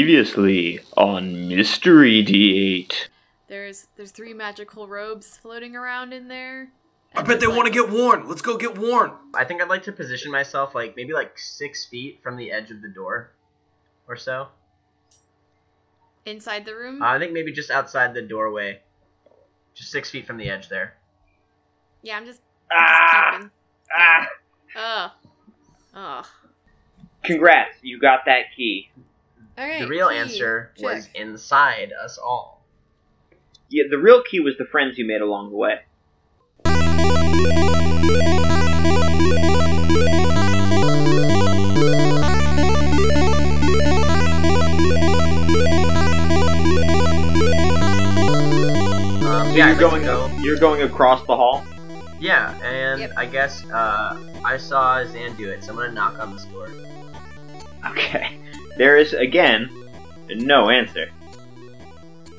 Previously on Mystery D8. There's there's three magical robes floating around in there. I and bet they there's, want to like- get worn. Let's go get worn. I think I'd like to position myself like maybe like six feet from the edge of the door, or so. inside the room. Uh, I think maybe just outside the doorway, just six feet from the edge there. yeah, I'm just, I'm just Ah, keeping. ah, Ugh. Ugh. congrats, you got that key. Okay. the real key. answer was Check. inside us all. Yeah, the real key was the friends you made along the way. Um, So yeah, you're I'd like going to go. you're going across the hall. Yeah, and Yep. I guess uh, I saw Zan do it, so I'm gonna knock on this door. Okay. There is again no answer.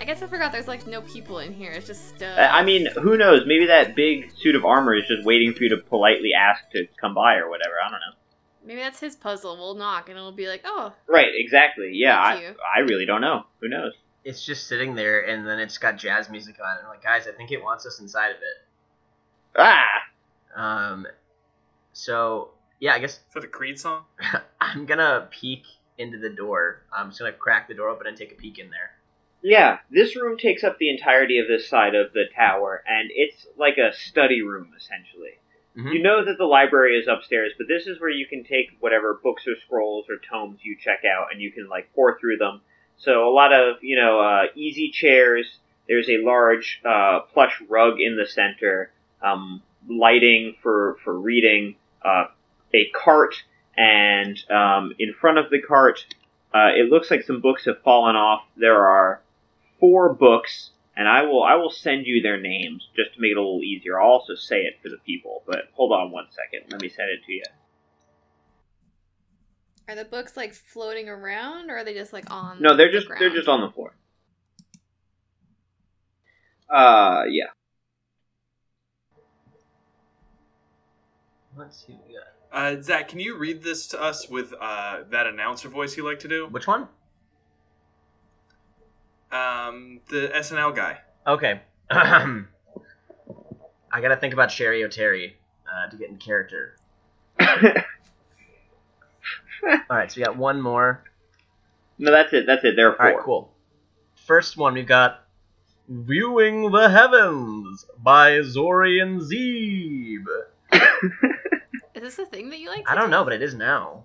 I guess I forgot there's like no people in here. It's just stuff. Uh, I mean, who knows? Maybe that big suit of armor is just waiting for you to politely ask to come by or whatever. I don't know. maybe that's his puzzle. We'll knock and it'll be like, oh, Right? Exactly. Yeah. Thank I, you. I really don't know. Who knows? It's just sitting there, and then it's got jazz music on. And I'm like, guys, I think it wants us inside of it. Ah. Um, so yeah, I guess Is that a Creed song? I'm gonna peek into the door. I'm just gonna crack the door open and take a peek in there. Yeah, this room takes up the entirety of this side of the tower, and it's like a study room, essentially. Mhm. You know that the library is upstairs, but this is where you can take whatever books or scrolls or tomes you check out, and you can, like, pour through them. So, a lot of, you know, uh, easy chairs. There's a large uh, plush rug in the center, um, lighting for, for reading, uh, a cart, and um, in front of the cart, uh, it looks like some books have fallen off. There are four books, and I will I will send you their names just to make it a little easier. I'll also say it for the people, but hold on one second. Let me send it to you. are the books like floating around or are they just like on? No, they're the just they're ground? just on the floor. Uh, yeah. Let's see. What we got. Uh, Zach, can you read this to us with uh, that announcer voice you like to do? Which one? Um, the SNL guy. Okay. I gotta think about Sherry O'Terry uh, to get in character. All right, so we got one more. no, that's it. That's it. There are All four. right, cool. First one we've got "Viewing the Heavens" by Zorian Zeeb. Is this a thing that you like? I don't know, but it is now.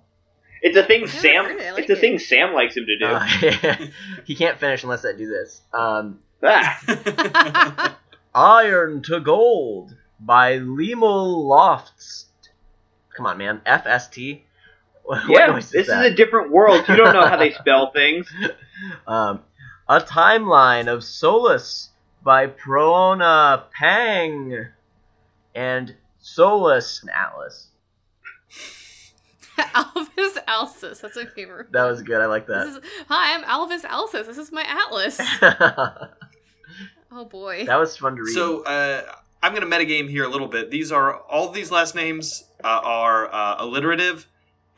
It's a thing I've never Sam. heard it. I like it's a it. thing Sam likes him to do. Uh, he can't finish unless I do this. Um, ah, Iron to Gold by Limo Lofts. Come on, man. FST? What yeah. noise This is is that? a different world. You don't know how they spell things. Um, a Timeline of Solace by Proona Pang. And Solace and Atlas. Alvis Alsis. That's my favorite. That was good. I like This that. is, hi, I'm Alvis Alsis. This is my atlas. that Oh boy. was fun to read. so uh, I'm gonna metagame here a little bit. These are all these last names uh, are uh, alliterative,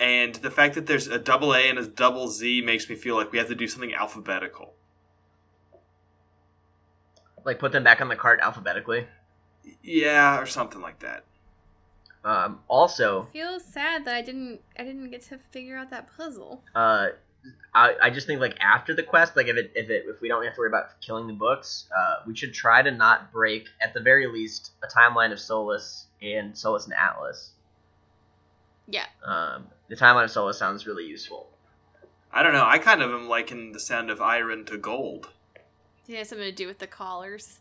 and the fact that there's a double A and a double Z makes me feel like we have to do something alphabetical. like, put them back on the cart alphabetically. Yeah, or something like that. Um, also, I feel sad that I didn't I didn't get to figure out that puzzle. uh, I, I just think like after the quest, like if it if it if we don't have to worry about killing the books, uh, we should try to not break at the very least a timeline of Solus and Solus and Atlas. Yeah. Um, the timeline of Solus sounds really useful. I don't know. I kind of am liking the sound of iron to gold. Did it have something to do with the collars?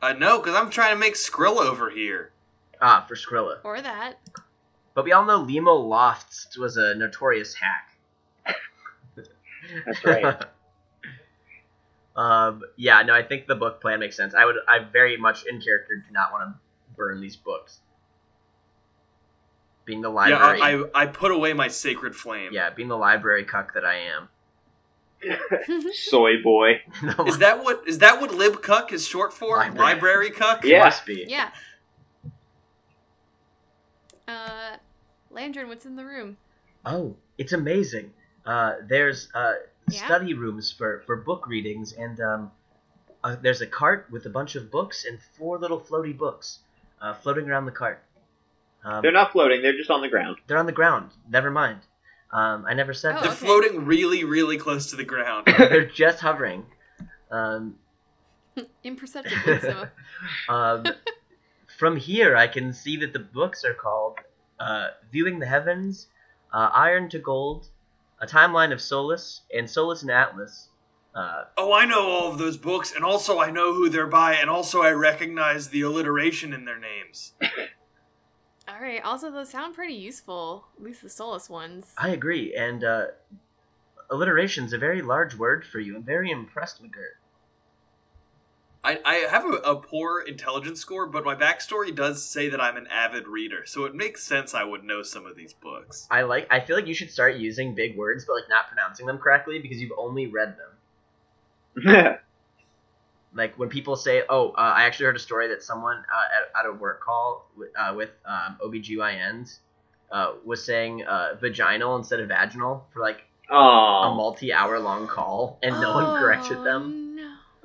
Uh, no, because I'm trying to make Skrill over here. Ah, for Skrilla. Or that. But we all know Limo Lofts was a notorious hack. That's right. um, yeah, no, I think the book plan makes sense. I would, I very much in character do not want to burn these books. Being the yeah, library, I, I I put away my sacred flame. yeah, being the library cuck that I am. Soy boy. The Is that what is that what libcuck is short for? Library. Library, cuck. Yeah. Must be. yeah. Uh Landrin, what's in the room? Oh, it's amazing. Uh, there's uh, Yeah. study rooms for, for book readings, and um, uh, there's a cart with a bunch of books and four little floaty books uh, floating around the cart. Um, They're not floating; they're just on the ground. They're on the ground. Never mind. Um, I never said Oh, They're okay. floating really, really close to the ground. that. They're just hovering. Um, Imperceptibly so. um, from here, I can see that the books are called uh, Viewing the Heavens, uh, Iron to Gold, A Timeline of Solus, and Solus and Atlas. Uh, oh, I know all of those books, and also I know who they're by, and also I recognize the alliteration in their names. All right. Also, those sound pretty useful. At least the Solus ones. I agree, and uh, alliteration's a very large word for you. I'm very impressed, McGirt. I, I have a, a poor intelligence score, but my backstory does say that I'm an avid reader, so it makes sense I would know some of these books. I like. I feel like you should start using big words, but like not pronouncing them correctly because you've only read them. like when people say, "Oh, uh, I actually heard a story that someone uh, at, at a work call wi- uh, with um, OBGYNs uh, was saying uh, vaginal instead of vaginal for like a Oh, multi-hour long call, and no one corrected them.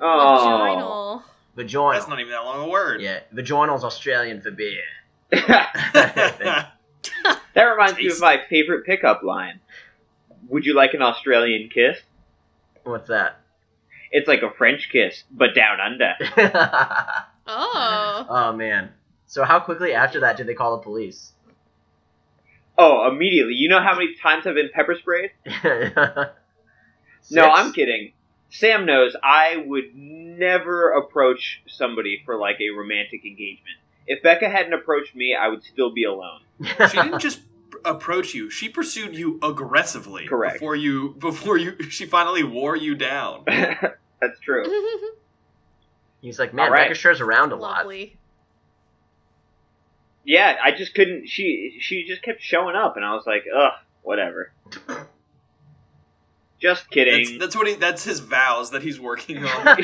Oh, No. oh. Vaginal. Vaginal. That's not even that long a word. yeah, vaginal's Australian for beer. that reminds me of Jeez. my favorite pickup line. Would you like an Australian kiss? What's that? It's like a French kiss, but down under. Oh. oh man. So how quickly after that did they call the police? Oh, immediately. You know how many times I've been pepper sprayed? No, I'm kidding. Sam knows I would never approach somebody for like a romantic engagement. If Becca hadn't approached me, I would still be alone. she didn't just approach you; she pursued you aggressively. Correct. Before you, before you, she finally wore you down. That's true. He's like, man, All right. Becca sure's around a lot. Lovely. Yeah, I just couldn't. She she just kept showing up, and I was like, ugh, whatever. Just That's, kidding. that's what he. That's his vows that he's working on.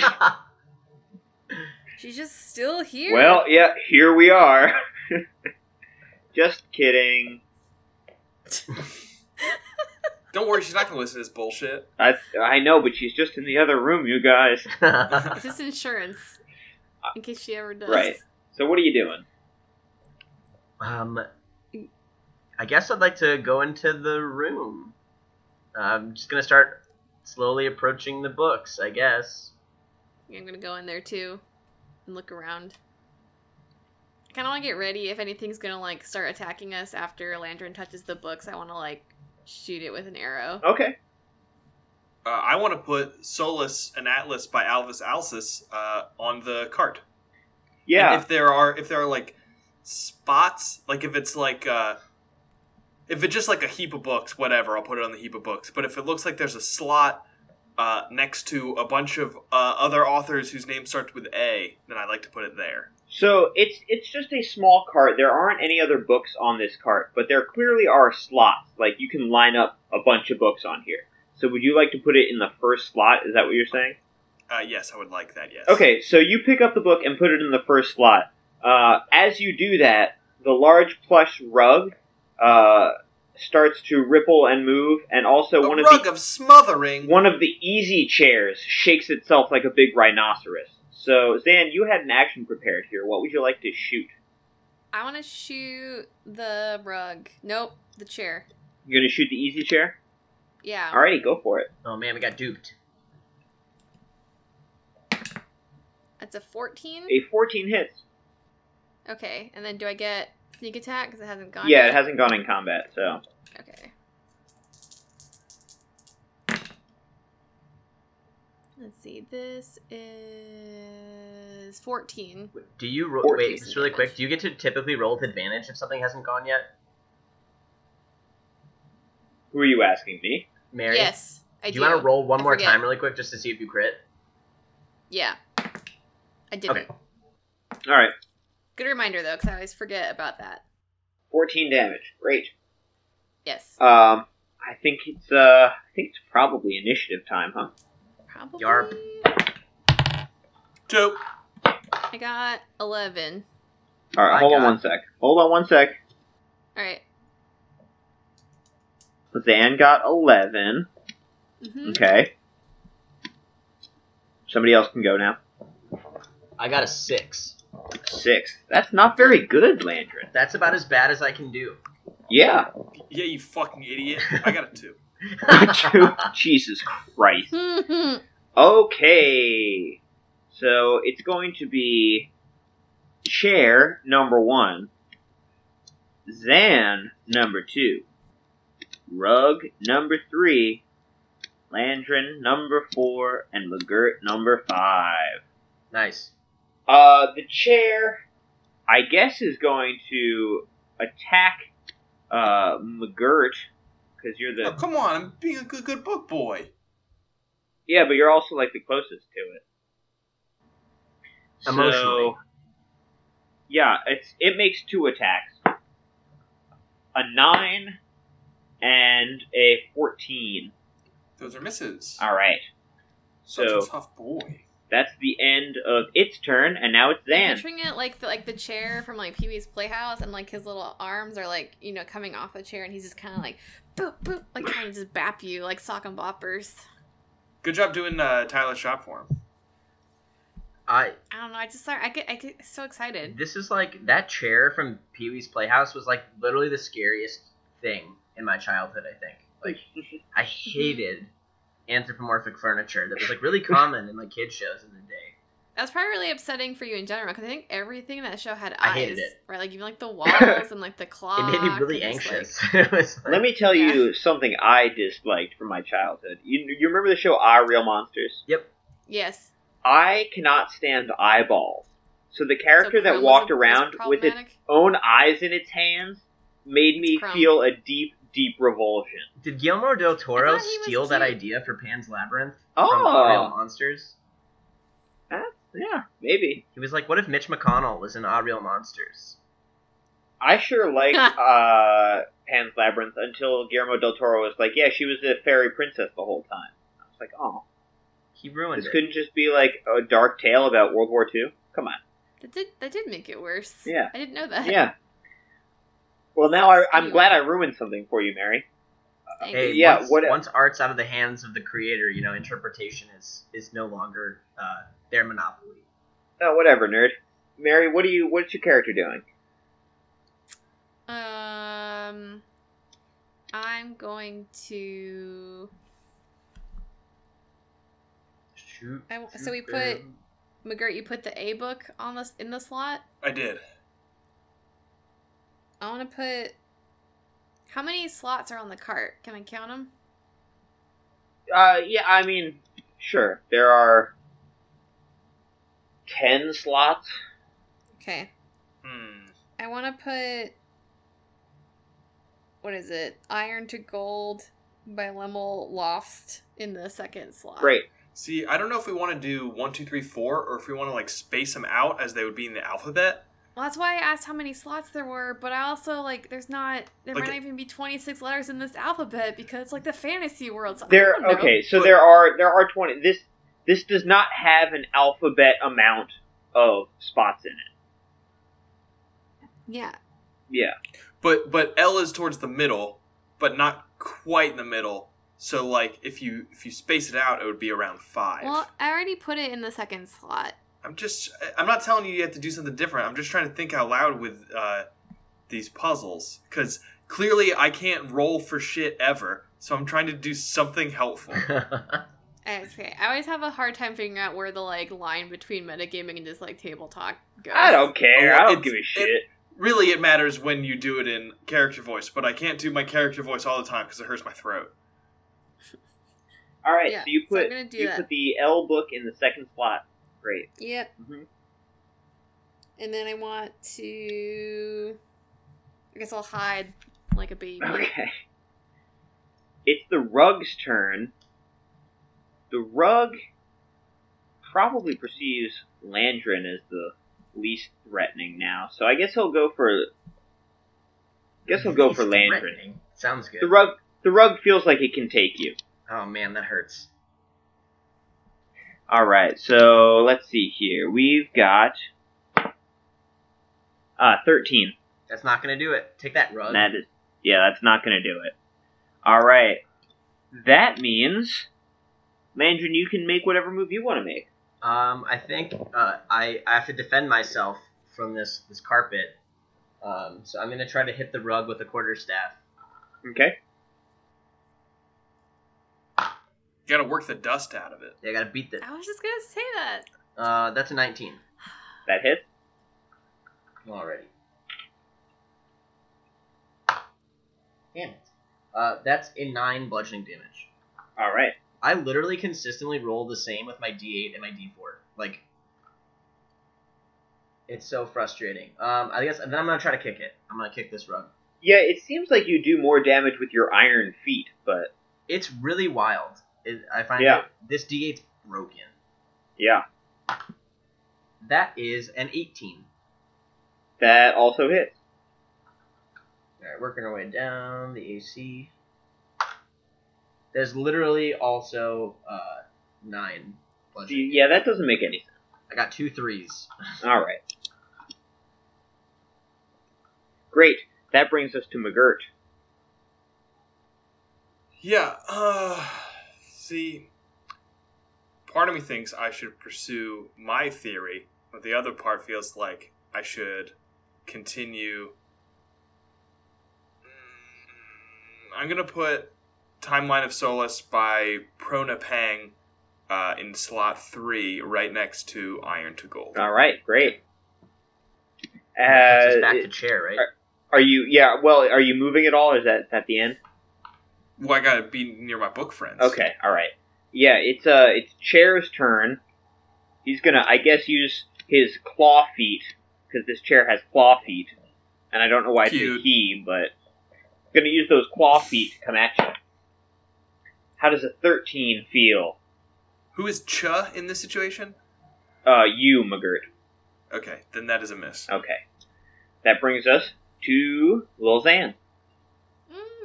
She's just still here. Well, yeah, here we are. just kidding. Don't worry, she's not gonna listen to this bullshit. I I know, but she's just in the other room, you guys. It's just insurance, in case she ever does. Right. So what are you doing? Um, I guess I'd like to go into the room. I'm just gonna start slowly approaching the books. I guess. I'm gonna go in there too, and look around. I kind of want to get ready if anything's gonna like start attacking us after Landrin touches the books. I want to like shoot it with an arrow. Oh. Okay. Uh, I want to put Solus and Atlas by Alvis Alsis uh, on the cart. Yeah. And if there are if there are like spots, like if it's like uh if it's just like a heap of books, whatever, I'll put it on the heap of books. But if it looks like there's a slot uh, next to a bunch of uh, other authors whose name starts with A, then I'd like to put it there. So it's it's just a small cart. There aren't any other books on this cart, but there clearly are slots. Like you can line up a bunch of books on here. So would you like to put it in the first slot? Is that what you're saying? Uh, yes, I would like that. Yes. Okay. So you pick up the book and put it in the first slot. Uh, as you do that, the large plush rug uh, starts to ripple and move, and also A one of rug the of smothering. one of the easy chairs shakes itself like a big rhinoceros. So Zan, you had an action prepared here. What would you like to shoot? I want to shoot the rug. Nope, the chair. You're gonna shoot the easy chair. Yeah. Alrighty, go for it. Oh man, we got duped. That's a 14. A 14 hits. Okay, and then do I get sneak attack because it hasn't gone? yeah, yet? it hasn't gone in combat, so. Okay. Let's see. This is 14. Do you ro- Fourteen wait? Just really damage. quick. Do you get to typically roll with advantage if something hasn't gone yet, Who are you asking me? Mary? Yes, I do do. you want to roll one I more forget. time, really quick, just to see if you crit? Yeah. I didn't. Okay. Alright, Good reminder though, because I always forget about that. 14 damage. Great. Yes. Um, I think it's, uh, I think it's probably initiative time, huh? Probably. yarp. Two. I got 11. Alright, My hold on God. one sec. Hold on one sec. All right. Zan got 11. hmm Okay. Somebody else can go now. I got a six. Six. That's not very good, Landrin. That's about as bad as I can do. Yeah. Yeah, you fucking idiot. I got a two. Jesus Christ. Mhm. Okay. So it's going to be chair number one, Zan number two, Rug number three, Landrin number four, and McGirt number five. nice. Uh, the chair, I guess, is going to attack uh, McGirt because you're Oh, the come on, I'm being a good, good book boy. yeah, but you're also like the closest to it. So- Emotionally. yeah, it's it makes two attacks, a nine and a fourteen. Those are misses. All right, Such so- a tough boy. that's the end of its turn, and now it's I'm Zan. picturing it like the, like the chair from like Pee Wee's Playhouse, and like his little arms are like you know coming off the chair, and he's just kind of like boop boop, like trying to just bap you like sock and boppers. Good job doing uh, Tyler's shop for him. I I don't know. I just start. I get. I get so excited. This is like that chair from Pee Wee's Playhouse was like literally the scariest thing in my childhood. I think like I hated anthropomorphic furniture that was like really common in like kid shows in the day. That's probably really upsetting for you in general because I think everything in that show had eyes. I hated it. Right, like even like the walls and like the clock. It made me really and just, anxious. it was like, Let me tell Yeah. you something I disliked from my childhood. You, you remember the show I Real Monsters? yep. like- yes. I cannot stand eyeballs. So the So character Chrome that was- walked was around with its problematic. own eyes in its hands made me Chrome. feel a deep, deep revulsion. Did Guillermo del Toro I thought he was steal that cute. idea for Pan's Labyrinth from Oh. Real Monsters? Yeah, maybe. He was like, "What if Mitch McConnell was in Ah Real Monsters?" I sure liked uh, Pan's Labyrinth until Guillermo del Toro was like, "Yeah, she was a fairy princess the whole time." I was like, "Oh, He ruined this it. couldn't just be like a dark tale about World War II." Come on, That did that did make it worse. Yeah. I didn't know that. yeah. Well, now I, I'm Anyway. glad I ruined something for you, Mary. Thanks. Hey, Yeah, once, what- once art's out of the hands of the creator, you know, interpretation is is no longer uh, their monopoly. Oh, whatever, nerd. Mary, what do you? What's your character doing? Um, I'm going to. Shoot. I w- so shoot we put- them. McGirt, you put the A book on this in the slot. I did. I want to put. How many slots are on the cart? Can I count them? Uh, yeah, I mean, sure. There are ten slots. Okay. Hmm. I want to put. What is it? Iron to Gold by Lemel Loft in the second slot. Great. See, I don't know if we want to do one, two, three, four, or if we want to like space them out as they would be in the alphabet. Well, that's why I asked how many slots there were, but I also like there's not there Like- might not even be 26 letters in this alphabet because it's like the fantasy world. So I There. don't know. Okay, so But- there are there are twenty. This this does not have an alphabet amount of spots in it. Yeah. Yeah. But but L is towards the middle, but not quite in the middle. So like if you if you space it out, it would be around five. Well, I already put it in the second slot. I'm just I'm not telling you you have to do something different. I'm just trying to think out loud with uh, these puzzles because clearly I can't roll for shit ever. So I'm trying to do something helpful. Okay. I always have a hard time figuring out where the like line between metagaming and just like table talk goes. I don't care. Oh, I don't it's- give a it- shit. really it matters when you do it in character voice but i can't do my character voice all the time because it hurts my throat All right, Yeah, so you so I'm put gonna do you that. put the L book in the second slot. Great. Yep. Mhm. And then I want to. I guess I'll hide like a baby. Okay. It's the rug's turn. The rug probably perceives Landrin as the least threatening now, so I guess he'll go for. Guess he'll go He's for Landrin. threatening. Sounds good. The rug, the rug feels like it can take you. oh man, that hurts. All right, so let's see here. We've got uh, thirteen. That's not gonna do it. Take that rug. That is, yeah, that's not going to do it. All right, that means Landrin, you can make whatever move you want to make. Um, I think uh, I, I have to defend myself from this this carpet. Um, so I'm gonna try to hit the rug with a quarter staff. Okay. You gotta work the dust out of it. Yeah, I gotta beat the. I was just gonna say that. Uh, that's a 19 That hits. already. Damn it. Uh, that's a nine bludgeoning damage. All right. I literally consistently roll the same with my D8 and my D4. Like, it's so frustrating. Um, I guess and then I'm gonna try to kick it. I'm gonna kick this rug. Yeah, it seems like you do more damage with your iron feet, but It's really wild. It, I find Yeah. that this D8's broken. yeah, That is an 18. that also hits. All right, working our way down the AC. There's literally also uh, nine. So bludgeoning. you- Yeah, that doesn't make any sense. I got two threes. All right. Great. That brings us to McGirt. Yeah. Uh, see, part of me thinks I should pursue my theory, but the other part feels like I should continue. Mm, I'm gonna put Timeline of Solace by Prona Pang uh, in slot three, right next to Iron to Gold. All right, great. That takes Uh, us back to chair, right? are you? Yeah. Well, are you moving at all? Or is that at the end? Well, I gotta be near my book friends. Okay. All right. Yeah. It's uh. It's chair's turn. He's gonna, I guess, use his claw feet because this chair has claw feet, and I don't know why Cute. it's a he, but gonna use those claw feet to come at you. How does a thirteen feel? Who is Cha in this situation? Uh, you, McGirt. Okay, then that is a miss. Okay. That brings us to Lil Xan.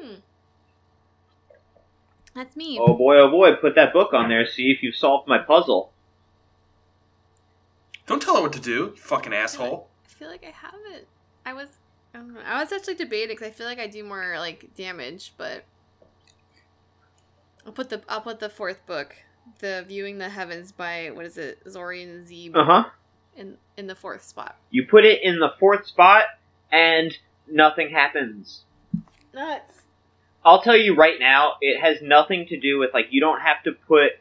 Mm. That's me. Oh boy, oh boy, put that book on there, see if you've solved my puzzle. Don't tell her what to do, you fucking asshole. I feel like I have it. I was, I, don't know. I was actually debating because I feel like I do more like damage, but I'll put the I'll put the fourth book, the Viewing the Heavens by what is it, Zorian Zeeb, Uh Uh-huh. huh. in in the fourth spot. You put it in the fourth spot, and nothing happens. Nuts. I'll tell you right now, it has nothing to do with like you don't have to put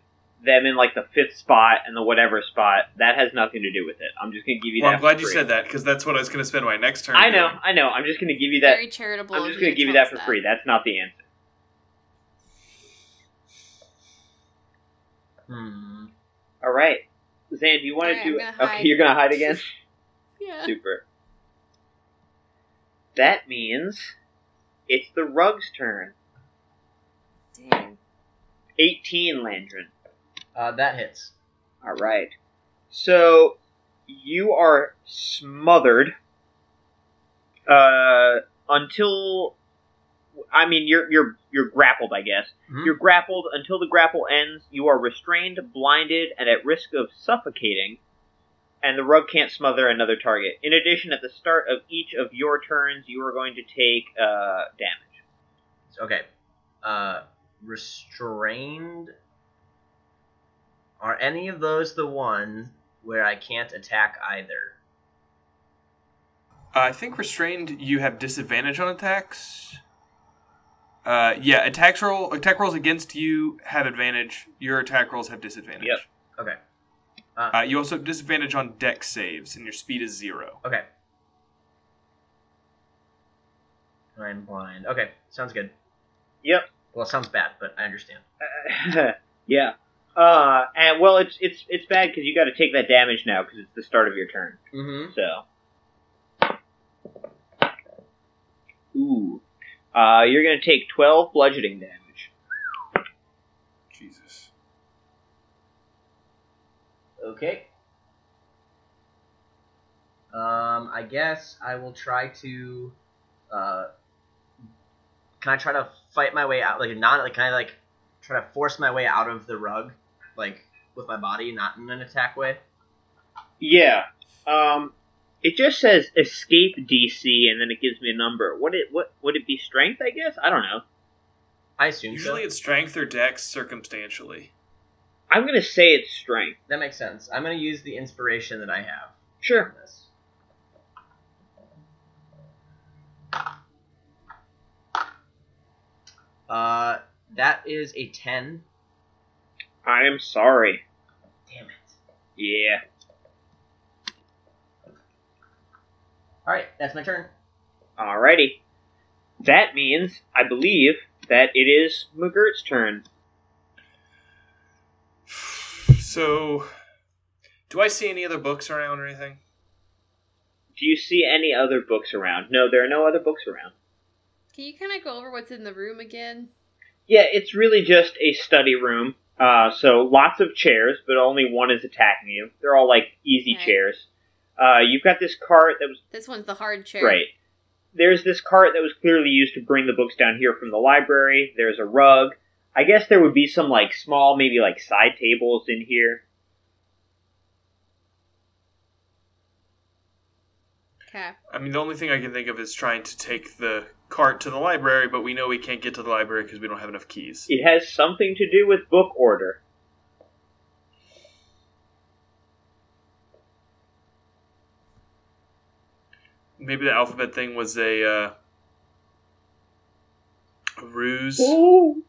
them in like the fifth spot and the whatever spot. That has nothing to do with it. I'm just gonna give you Well, that. I'm glad for you free. said that because that's what I was going to spend my next turn. I know, doing. I know. I'm just gonna give you that. Very charitable. I'm of just you gonna to give you tell that us for free. That's not the answer. Hmm. All right, Zan, do you want All right, to I'm do? gonna okay, hide. you're gonna hide again. Yeah. Super. That means it's the rug's turn. Dang. 18 Landrin. Uh, that hits. All right. So you are smothered uh, until I mean you're you're you're grappled, I guess. Mhm. You're grappled until the grapple ends. You are restrained, blinded, and at risk of suffocating. And the rug can't smother another target. In addition, at the start of each of your turns, you are going to take uh, damage. Okay. Uh, restrained. Are any of those the one where I can't attack either? Uh, I think restrained, you have disadvantage on attacks. Uh, yeah, attacks roll attack rolls against you have advantage. Your attack rolls have disadvantage. Yep. Okay. Uh, you also have disadvantage on deck saves, and your speed is zero. Okay. I'm blind. Okay, sounds good. Yep. Well, it sounds bad, but I understand. yeah. Uh, and well, it's it's it's bad because you got to take that damage now because it's the start of your turn. Mm-hmm. So, ooh, uh, you're gonna take twelve bludgeoning damage. Jesus. Okay. Um, I guess I will try to. Uh, can I try to fight my way out? Like, not like, can I like try to force my way out of the rug, like with my body, not in an attack way? Yeah. Um, it just says escape DC, and then it gives me a number. What it what would it be? Strength, I guess. I don't know. I assume. Usually so. it's strength or dex circumstantially. I'm gonna say it's strength. That makes sense. I'm going to use the inspiration that I have. Sure. on This. Uh, that is a ten. I am sorry. Damn it! Yeah. All right, that's my turn. Alrighty. That means, I believe, that it is McGirt's turn. So, do I see any other books around or anything? Do you see any other books around? No, there are no other books around. Can you kind of go over what's in the room again? Yeah, it's really just a study room. Uh, so lots of chairs, but only one is attacking you. They're all like easy Okay. chairs. Uh, you've got this cart that was This one's the hard chair. right. There's this cart that was clearly used to bring the books down here from the library. There's a rug. I guess there would be some like small, maybe like side tables in here. Okay. I mean, the only thing I can think of is trying to take the cart to the library, but we know we can't get to the library because we don't have enough keys. It has something to do with book order. Maybe the alphabet thing was a, uh, a ruse. Ooh.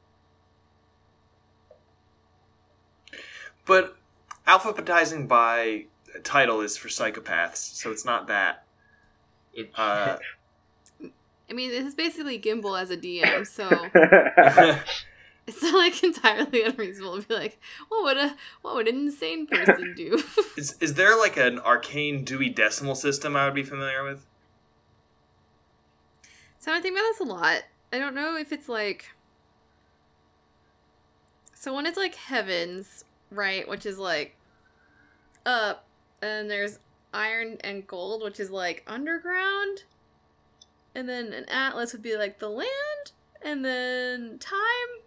But alphabetizing by title is for psychopaths, so it's not that. It, Uh, I mean, this is basically Gimbal as a DM, so it's not like entirely unreasonable to be like, what would a what would an insane person do? is, is there like an arcane Dewey Decimal System I would be familiar with? so I think about this a lot. I don't know if it's like so when it's like heavens, right, which is like up, and there's iron and gold, which is like underground, and then an atlas would be like the land, and then time.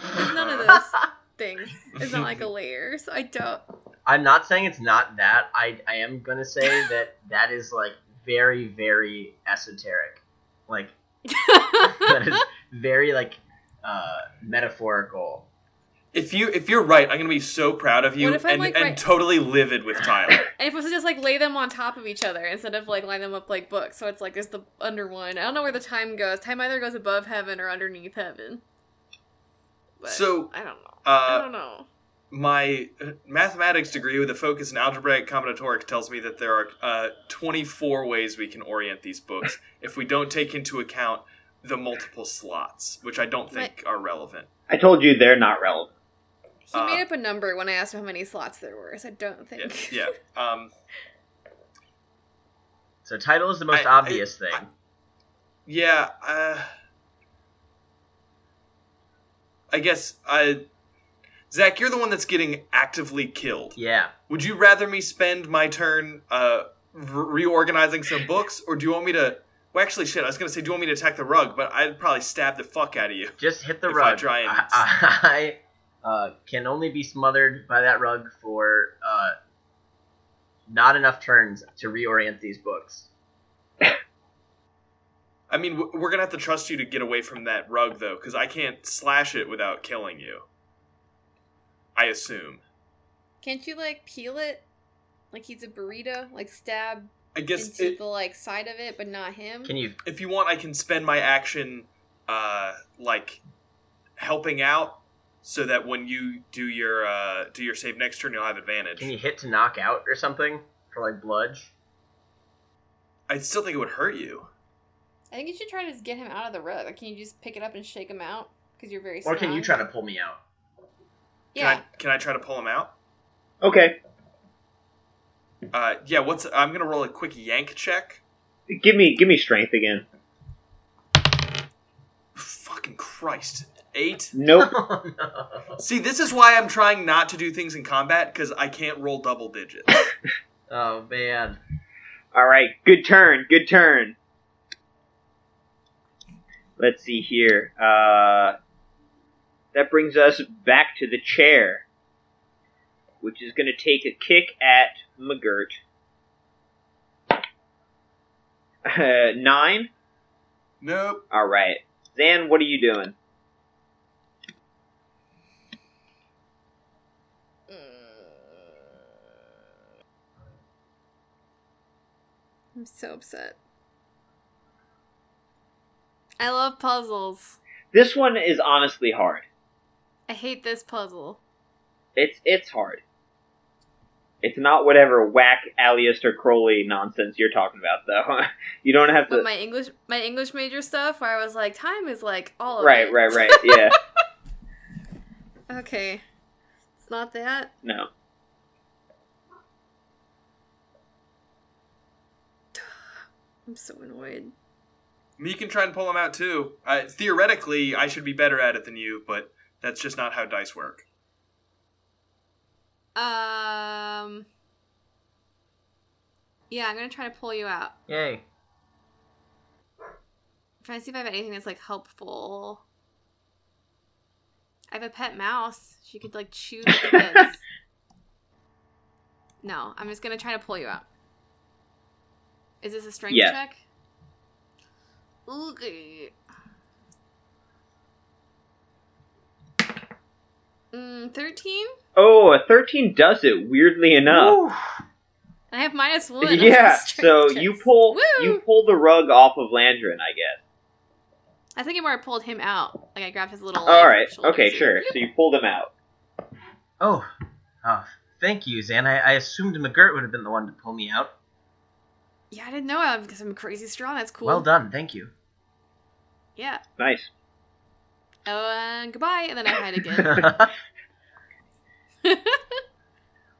It's none of those things. It's not like a layer, so I don't. I'm not saying it's not that. I I am gonna say that that is like very very esoteric, like that is very like uh metaphorical. If you if you're right, I'm gonna be so proud of you What if I'm, and, like, and right- totally livid with Tyler. And if it was to just like lay them on top of each other instead of like line them up like books, so it's like there's the under one. I don't know where the time goes. Time either goes above heaven or underneath heaven. But So, I don't know. I Uh, don't know. my uh, mathematics degree with a focus in algebraic combinatorics tells me that there are uh, 24 ways we can orient these books if we don't take into account the multiple slots, which I don't think are relevant. I told you they're not relevant. He uh, made up a number when I asked him how many slots there were, so I don't Yeah, think. yeah. Um, So title is the most I- I- obvious thing. Yeah, uh, I guess I. Zach, you're the one that's getting actively killed. yeah. Would you rather me spend my turn uh, re- reorganizing some books, or do you want me to? Well, actually, shit. I was gonna say, do you want me to attack the rug? But I'd probably stab the fuck out of you. Just hit the If I rug. try and- I, I, uh, can only be smothered by that rug for uh, not enough turns to reorient these books. I mean, w- we're gonna have to trust you to get away from that rug, though, because I can't slash it without killing you. I assume. Can't you like peel it? Like he's a burrito, like stab I guess into it, the like side of it, but not him. Can you? if you want, I can spend my action, uh, like helping out, so that when you do your uh, do your save next turn, you'll have advantage. Can you hit to knock out or something for like bludge? I still think it would hurt you. I think you should try to just get him out of the rug. Like, can you just pick it up and shake him out? Because you're very. Or can you strong. try to pull me out? Yeah. Can I, can I try to pull him out? Okay, Uh, yeah. What's I'm gonna roll a quick yank check. give me give me strength again. Fucking Christ. Eight. Nope. Oh, no. See, this is why I'm trying not to do things in combat because I can't roll double digits. Oh man. All right, good turn, good turn. Let's see here. Uh, that brings us back to the chair, which is going to take a kick at McGirt. Uh, nine. nope. All right, Zan, what are you doing? Mm. I'm so upset. I love puzzles. This one is honestly hard. I hate this puzzle. It's it's hard. It's not whatever whack Aleister Crowley nonsense you're talking about, though. you don't have to. But my English my English major stuff where I was like, time is like all of right, it. right, right. Yeah. Okay. It's not that. No. I'm so annoyed. You can try and pull them out too. Uh, theoretically, I should be better at it than you, but that's just not how dice work. Um Yeah, I'm gonna try to pull you out. Yay. I'm trying to see if I have anything that's like helpful. I have a pet mouse. She could like chew the kids. no, I'm just gonna try to pull you out. Is this a strength Yeah. check? Okay. Mm, 13? Oh, a thirteen does it. Weirdly enough. I have minus one. on yeah. strength So you checks. pull Woo! you pull the rug off of Landrin, I guess. I think it more pulled him out. Like I grabbed his little. All right. shoulders Okay. and- Sure. So you pull them out. Oh. Oh. Thank you, Zan. I, I assumed McGirt would have been the one to pull me out. Yeah, I didn't know him because I'm crazy strong. That's cool. Well done. Thank you. Yeah. Nice. Oh, and goodbye. And then I hide again. That's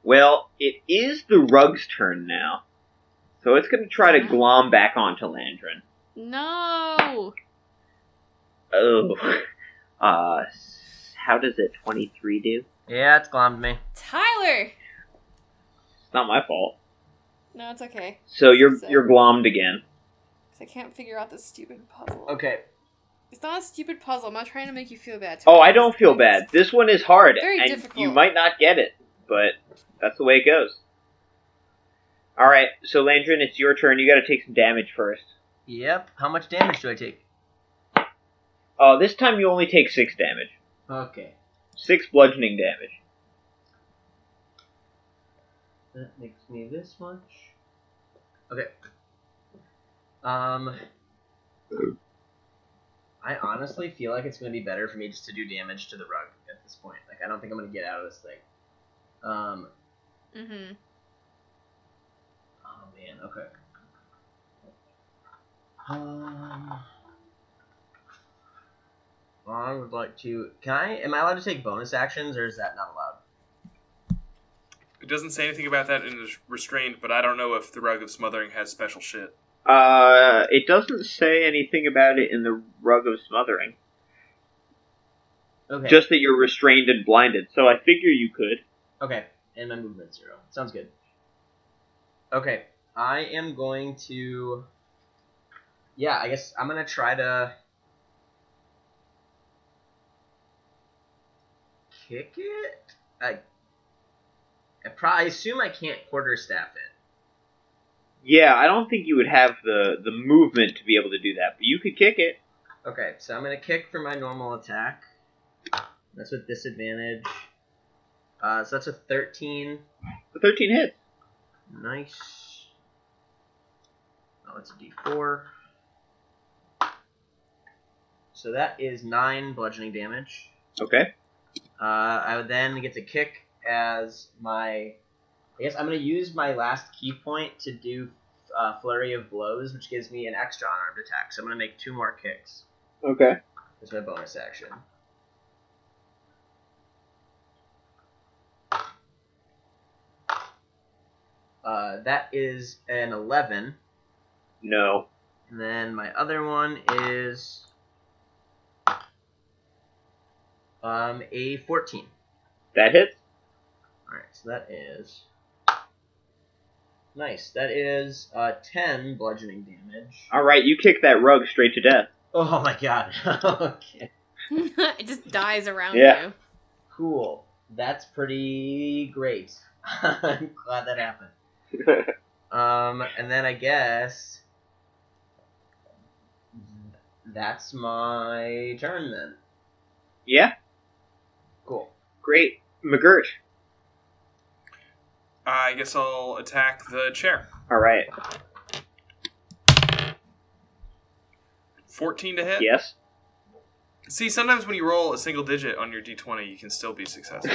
Well, it is the rug's turn now, so it's going to try to Yeah. glom back onto Landrin. no. Oh. Uh, s- how does a 23 do? glommed me. Tyler. It's not my fault. No, it's okay. So you're So- you're glommed again. 'Cause I can't figure out this stupid puzzle. Okay. It's not a stupid puzzle. I'm not trying to make you feel bad. Oh, Tyler. I don't feel bad. This one is hard, Very and difficult. you might not get it, but that's the way it goes. All right, so Landrin, it's your turn. You got to take some damage first. Yep. How much damage do I take? Uh, this time you only take six damage, Okay. six bludgeoning damage. That makes me this much. Okay. Um. I honestly feel like it's gonna be better for me just to do damage to the rug at this point. Like I don't think I'm gonna get out of this thing. Um. Mm-hmm. Oh man. Okay. Um. I would like to. Can I? Am I allowed to take bonus actions, or is that not allowed? It doesn't say anything about that in res- restrained, but I don't know if the rug of smothering has special shit. Uh, it doesn't say anything about it in the rug of smothering. Okay. Just that you're restrained and blinded. So I figure you could. Okay, and my movement zero. Sounds good. Okay, I am going to. Yeah, I guess I'm gonna try to kick it. I. I, pro- I assume I can't quarterstaff it. Yeah, I don't think you would have the the movement to be able to do that, but you could kick it. Okay, so I'm gonna kick for my normal attack. That's with disadvantage. Uh, so that's a 13. The thirteen hits. Nice. Oh, it's a d4. So that is 9 bludgeoning damage. Okay. Uh, I would then get to kick as my. I guess I'm going to use my last key point to do uh, Flurry of Blows, which gives me an extra unarmed attack. So I'm going to make two more kicks. Okay. That's my bonus action. Uh, that is an 11. No. And then my other one is um, a 14. That hits. Alright, so that is. Nice. That is uh, 10 bludgeoning damage. All right, you kick that rug straight to death. Oh my god. okay. it just dies around Yeah. you. Cool. That's pretty great. I'm glad that happened. Um, and then I guess that's my turn then. yeah. Cool. Great, McGirt. I guess I'll attack the chair. All right. 14 to hit. Yes. See, sometimes when you roll a single digit on your d20, you can still be successful.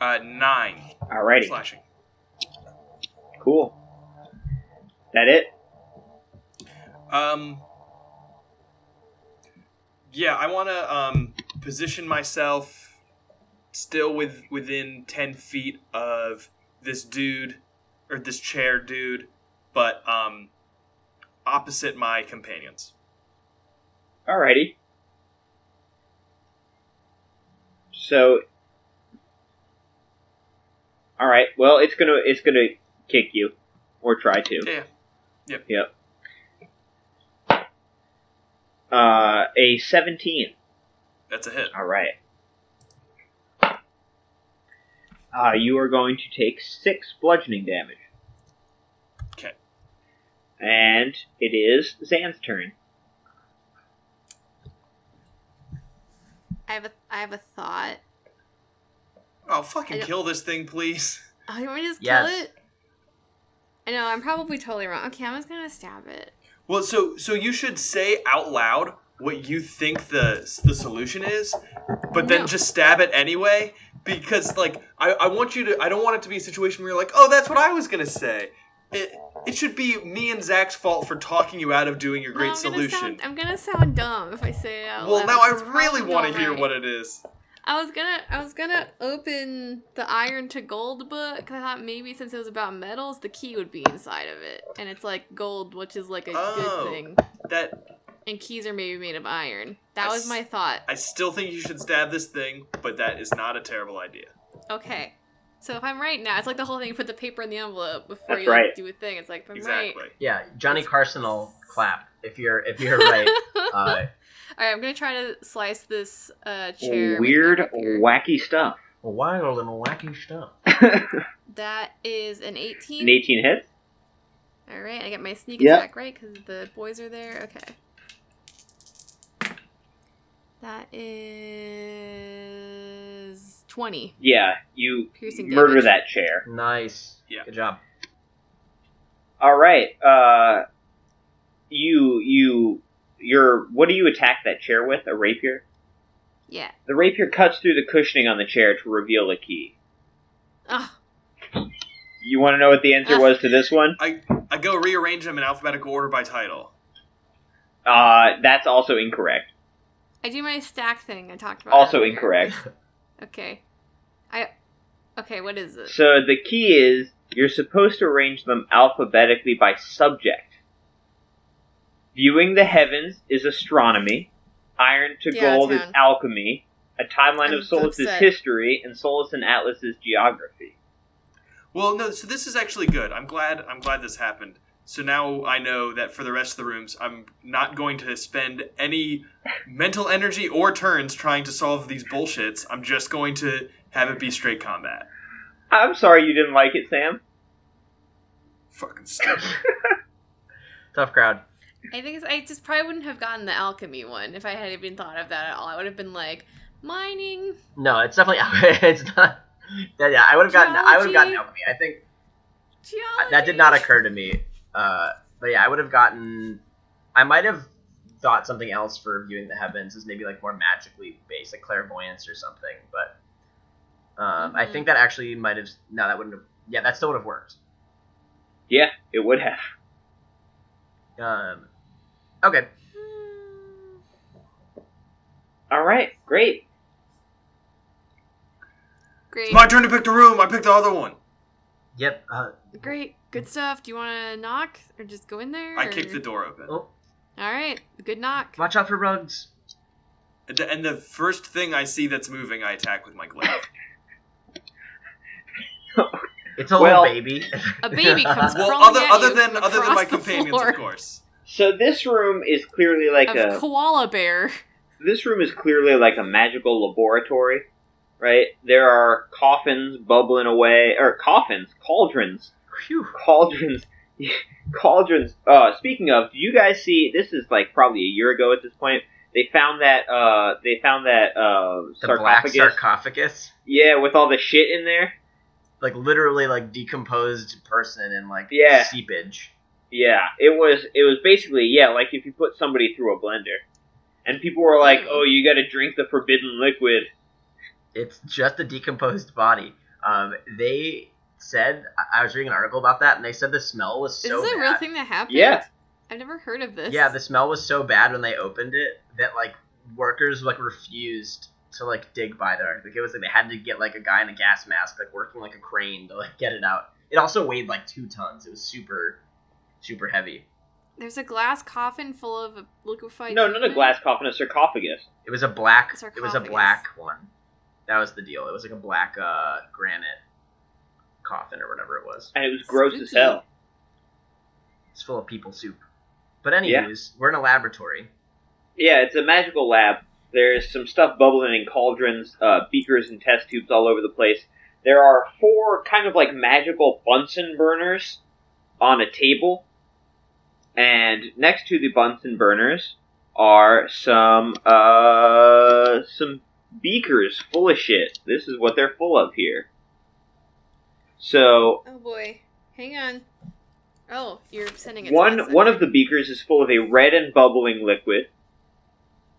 Uh, nine Alrighty. slashing. Cool. That it? Um, yeah, I want to um, position myself still with within ten feet of this dude or this chair dude, but um, opposite my companions. Alrighty. So. All right. Well, it's gonna it's gonna kick you, or try to. Yeah. Yep. Yep. Uh, a seventeen. That's a hit. All right. Uh, you are going to take six bludgeoning damage. 'Kay. And it is Zan's turn. I have a I have a thought. Oh, I fucking don't- kill this thing, please. Oh, you want me to just kill Yes. it? I know I'm probably totally wrong. Okay, I'm just gonna stab it. Well, so so you should say out loud what you think the the solution is, but then No. just stab it anyway because like I, I want you to I don't want it to be a situation where you're like, "Oh, that's what I was going to say." It it should be me and Zach's fault for talking you out of doing your No, great I'm Gonna solution. sound, I'm gonna sound dumb if I say it out well, loud, now so it's I probably really want not to hear right. what it is. I was gonna I was gonna open the iron to gold book 'cause I thought maybe since it was about metals, the key would be inside of it, and it's like gold, which is like a Oh. good thing, That and keys are maybe made of iron. That I was s- my thought. I still think you should stab this thing, but that is not a terrible idea. Okay, so if I'm right now, it's like the whole thing. You put the paper in the envelope before That's you like, right. do a thing. It's like if I'm Exactly. Yeah, Johnny Carson'll clap if you're if you're right. right. Uh, All right, I'm gonna try to slice this uh, chair. with my Weird, rapier. wacky stuff. wild and wacky stuff. An That is an 18. 18 hits? All right, I get my sneak Yep. attack right because the boys are there. Okay. That is 20. Yeah, you Piercing murder damage. that chair. Nice. Yeah. Good job. All right. Uh, you you your what do you attack that chair with? A rapier. Yeah. The rapier cuts through the cushioning on the chair to reveal a key. Ugh. You want to know what the answer Ah. was to this one? I go rearrange them in alphabetical order by title. Uh, that's also incorrect. I do my stack thing I talked about. Also earlier. incorrect. Okay. I. Okay, what is it? So the key is you're supposed to arrange them alphabetically by subject. Viewing the heavens is astronomy. Iron to Yeah, gold is town. alchemy. A timeline I'm of Solus is upset. history, and Solus and Atlas is geography. Well, no. So this is actually good. I'm glad. I'm glad this happened. So now I know that for the rest of the rooms, I'm not going to spend any mental energy or turns trying to solve these bullshits. I'm just going to have it be straight combat. I'm sorry you didn't like it, Sam. Fucking stupid. Tough crowd. I think it's, I just probably wouldn't have gotten the alchemy one if I had even thought of that at all. I would have been like, mining. No, it's definitely it's not. Yeah, yeah, I would have gotten I would have gotten Geology. alchemy. I think Geology. that did not occur to me. Uh, but yeah, I would have gotten. I might have thought something else for viewing the heavens is maybe like more magically based, like clairvoyance or something. But um, I Mhm. think that actually might have. No, that wouldn't have. Yeah, that still would have worked. Yeah, it would have. Um, okay, Hmm. All right, great. Great. It's my turn to pick the room. I picked the other one. yep. Uh, Great, good stuff. Do you want to knock or just go in there? I kicked or- the door open, oh, All right, good knock. watch out for rogues. and the, and the first thing I see that's moving, I attack with my glaive. It's a Well- little baby. A baby comes Well, crawling other at other you than from other than across my the companions, floor of course. So this room is clearly like of a koala bear. this room is clearly like a magical laboratory, right? There are coffins bubbling away, or coffins, cauldrons, Phew. cauldrons, cauldrons. Uh, speaking of, do you guys see? This is like probably a year ago at this point. They found that uh, they found that uh, The black sarcophagus. sarcophagus, yeah, with all the shit in there. like literally like decomposed person and like Yeah. seepage. Yeah, it was it was basically yeah, like if you put somebody through a blender, and people were like, Mm. "Oh, you got to drink the forbidden liquid." It's just a decomposed body. Um, they said I I was reading an article about that, and they said the smell was Is so this a bad. real thing that happened? Yeah. I've never heard of this. Yeah, the smell was so bad when they opened it that like workers like refused to like dig by there. Like it was like they had to get like a guy in a gas mask like working like a crane to like get it out. It also weighed like two tons. It was super, super heavy. There's a glass coffin full of liquefied. No, not a semen? glass coffin, a sarcophagus. It was a black. It was a Sarcophagus. black one. That was the deal. It was like a black uh, granite coffin or whatever it was. and it was gross as Spooky. hell. It's full of people soup. But anyways, we're in a laboratory. Yeah, it's a magical lab. There's some stuff bubbling in cauldrons, uh, beakers, and test tubes all over the place. There are four kind of like magical Bunsen burners on a table, and next to the Bunsen burners are some uh some beakers full of shit. This is what they're full of here. So Oh boy, hang on. Oh, you're sending it. to One us, one okay. of the beakers is full of a red and bubbling liquid.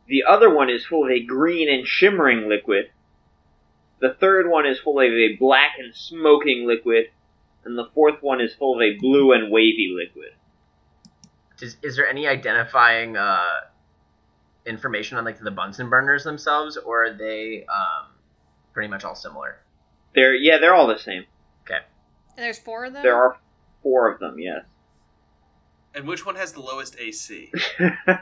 The other one is full of a green and shimmering liquid. The third one is full of a black and smoking liquid, and the fourth one is full of a blue and wavy liquid. Does, is there any identifying uh, information on like the Bunsen burners themselves, or are they um, pretty much all similar? They're yeah, they're all the same. And there's four of them. There are four of them. Yes. And which one has the lowest AC? Red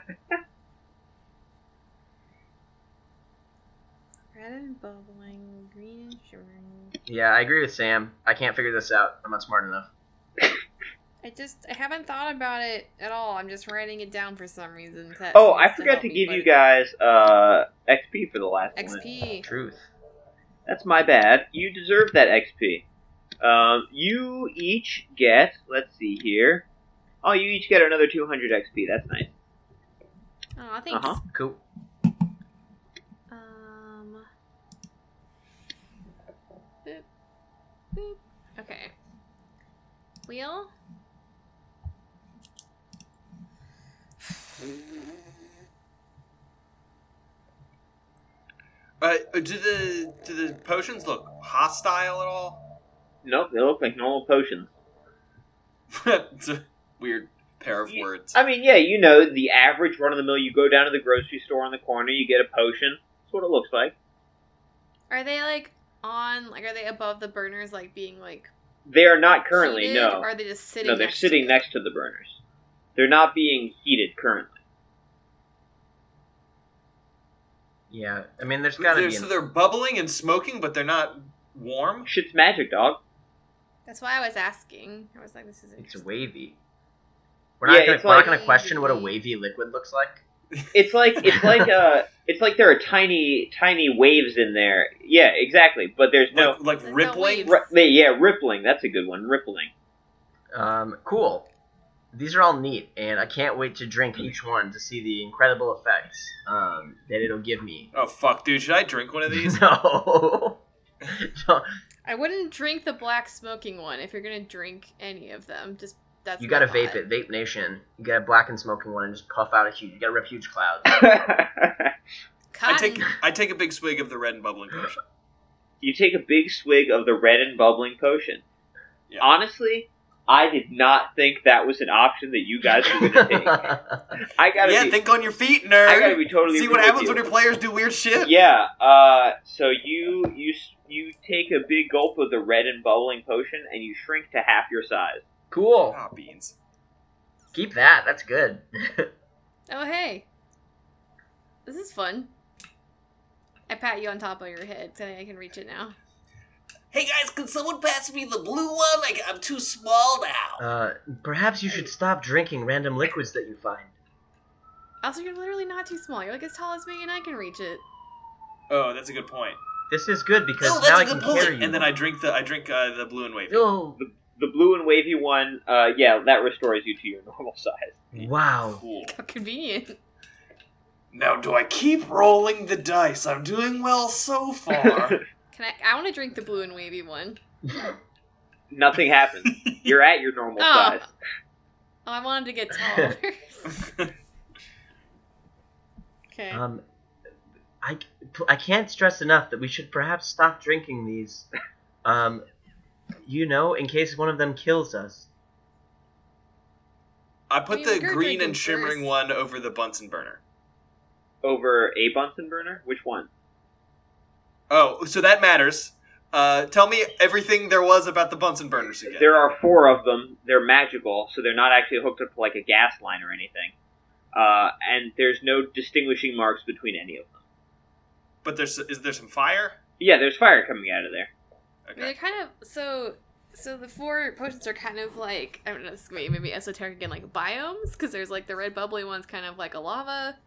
and bubbling, green and shimmering. Yeah, I agree with Sam. I can't figure this out. I'm not smart enough. I just I haven't thought about it at all. I'm just writing it down for some reason. 'cause that Oh, seems I forgot help to me, give but you it- guys uh, XP for the last one. XP. Truth. That's my bad. You deserve that XP. Um, you each get, let's see here. Oh, you each get another 200 XP. That's nice. Oh, thanks. Uh-huh. Cool. Um. Boop. Boop. Okay. Wheel. Uh, do the do the potions look hostile at all? Nope, they look like normal potions. it's a weird pair of Ye- words. I mean, yeah, you know, the average run of the mill, you go down to the grocery store on the corner, you get a potion. That's what it looks like. Are they like on? Like, are they above the burners? Like being like They are not currently, heated, no. Or are they just sitting? No, they're next sitting to it? next to the burners. They're not being heated currently. Yeah, I mean, there's gotta They're- be. so An, they're bubbling and smoking, but they're not warm. Shit's magic, dog. That's why I was asking. I was like, this is it's interesting. wavy. We're not, Yeah, gonna, it's we're like- not gonna question what a wavy liquid looks like. It's like it's like uh it's like there are tiny tiny waves in there. Yeah, exactly. But there's no Like, Like like the rippling. waves. Ri- yeah, yeah, rippling. That's a good one. Rippling. Um, cool. These are all neat, and I can't wait to drink each one to see the incredible effects um, that it'll give me. Oh fuck, dude! Should I drink one of these? No. Don't- I wouldn't drink the black smoking one if you're gonna drink any of them. Just that's you my gotta thought. vape it, Vape Nation. You gotta black and smoking one and just puff out a huge. You gotta rip huge clouds. I Cotton. take I take a big swig of the red and bubbling potion. you take a big swig of the red and bubbling potion. Yeah. Honestly, I did not think that was an option that you guys were going to take. I gotta Yeah, be, think on your feet, nerd. I gotta be totally. See real what with happens you. when your players do weird shit. Yeah. Uh, so you you s- you take a big gulp of the red and bubbling potion, and you shrink to half your size. cool. Ah, beans. Keep that. That's good. Oh hey, this is fun. I pat you on top of your head so I can reach it now. Hey guys, can someone pass me the blue one? Like I'm too small now. Uh, perhaps you should stop drinking random liquids that you find. Also, you're literally not too small. You're like as tall as me, and I can reach it. Oh, that's a good point. This is good because No, that's now a I can good point. carry you. And then I drink the I drink uh, the blue and wavy. Oh, The blue and wavy one, uh, Mm-hmm. yeah, that restores you to your normal size. wow. Cool. How convenient. Now, do I keep rolling the dice? I'm doing well so far. Can I? I want to drink the blue and wavy one. Nothing happens. You're at your normal Oh. size. Oh, I wanted to get taller. okay. Um, I, I can't stress enough that we should perhaps stop drinking these. Um, you know, in case one of them kills us. I put We the were green drinking and shimmering first. one over the Bunsen burner. Over a Bunsen burner? Which one? Oh, so that matters. Uh, tell me everything there was about the Bunsen burners again. There are four of them. They're magical, so they're not actually hooked up to like a gas line or anything. Uh, and there's no distinguishing marks between any of them. but there's is there some fire? Yeah, there's fire coming out of there. I mean, Okay. they're kind of so. So the four potions are kind of like I don't know. This is maybe maybe esoteric again, like biomes, because there's like the red bubbly one's kind of like a lava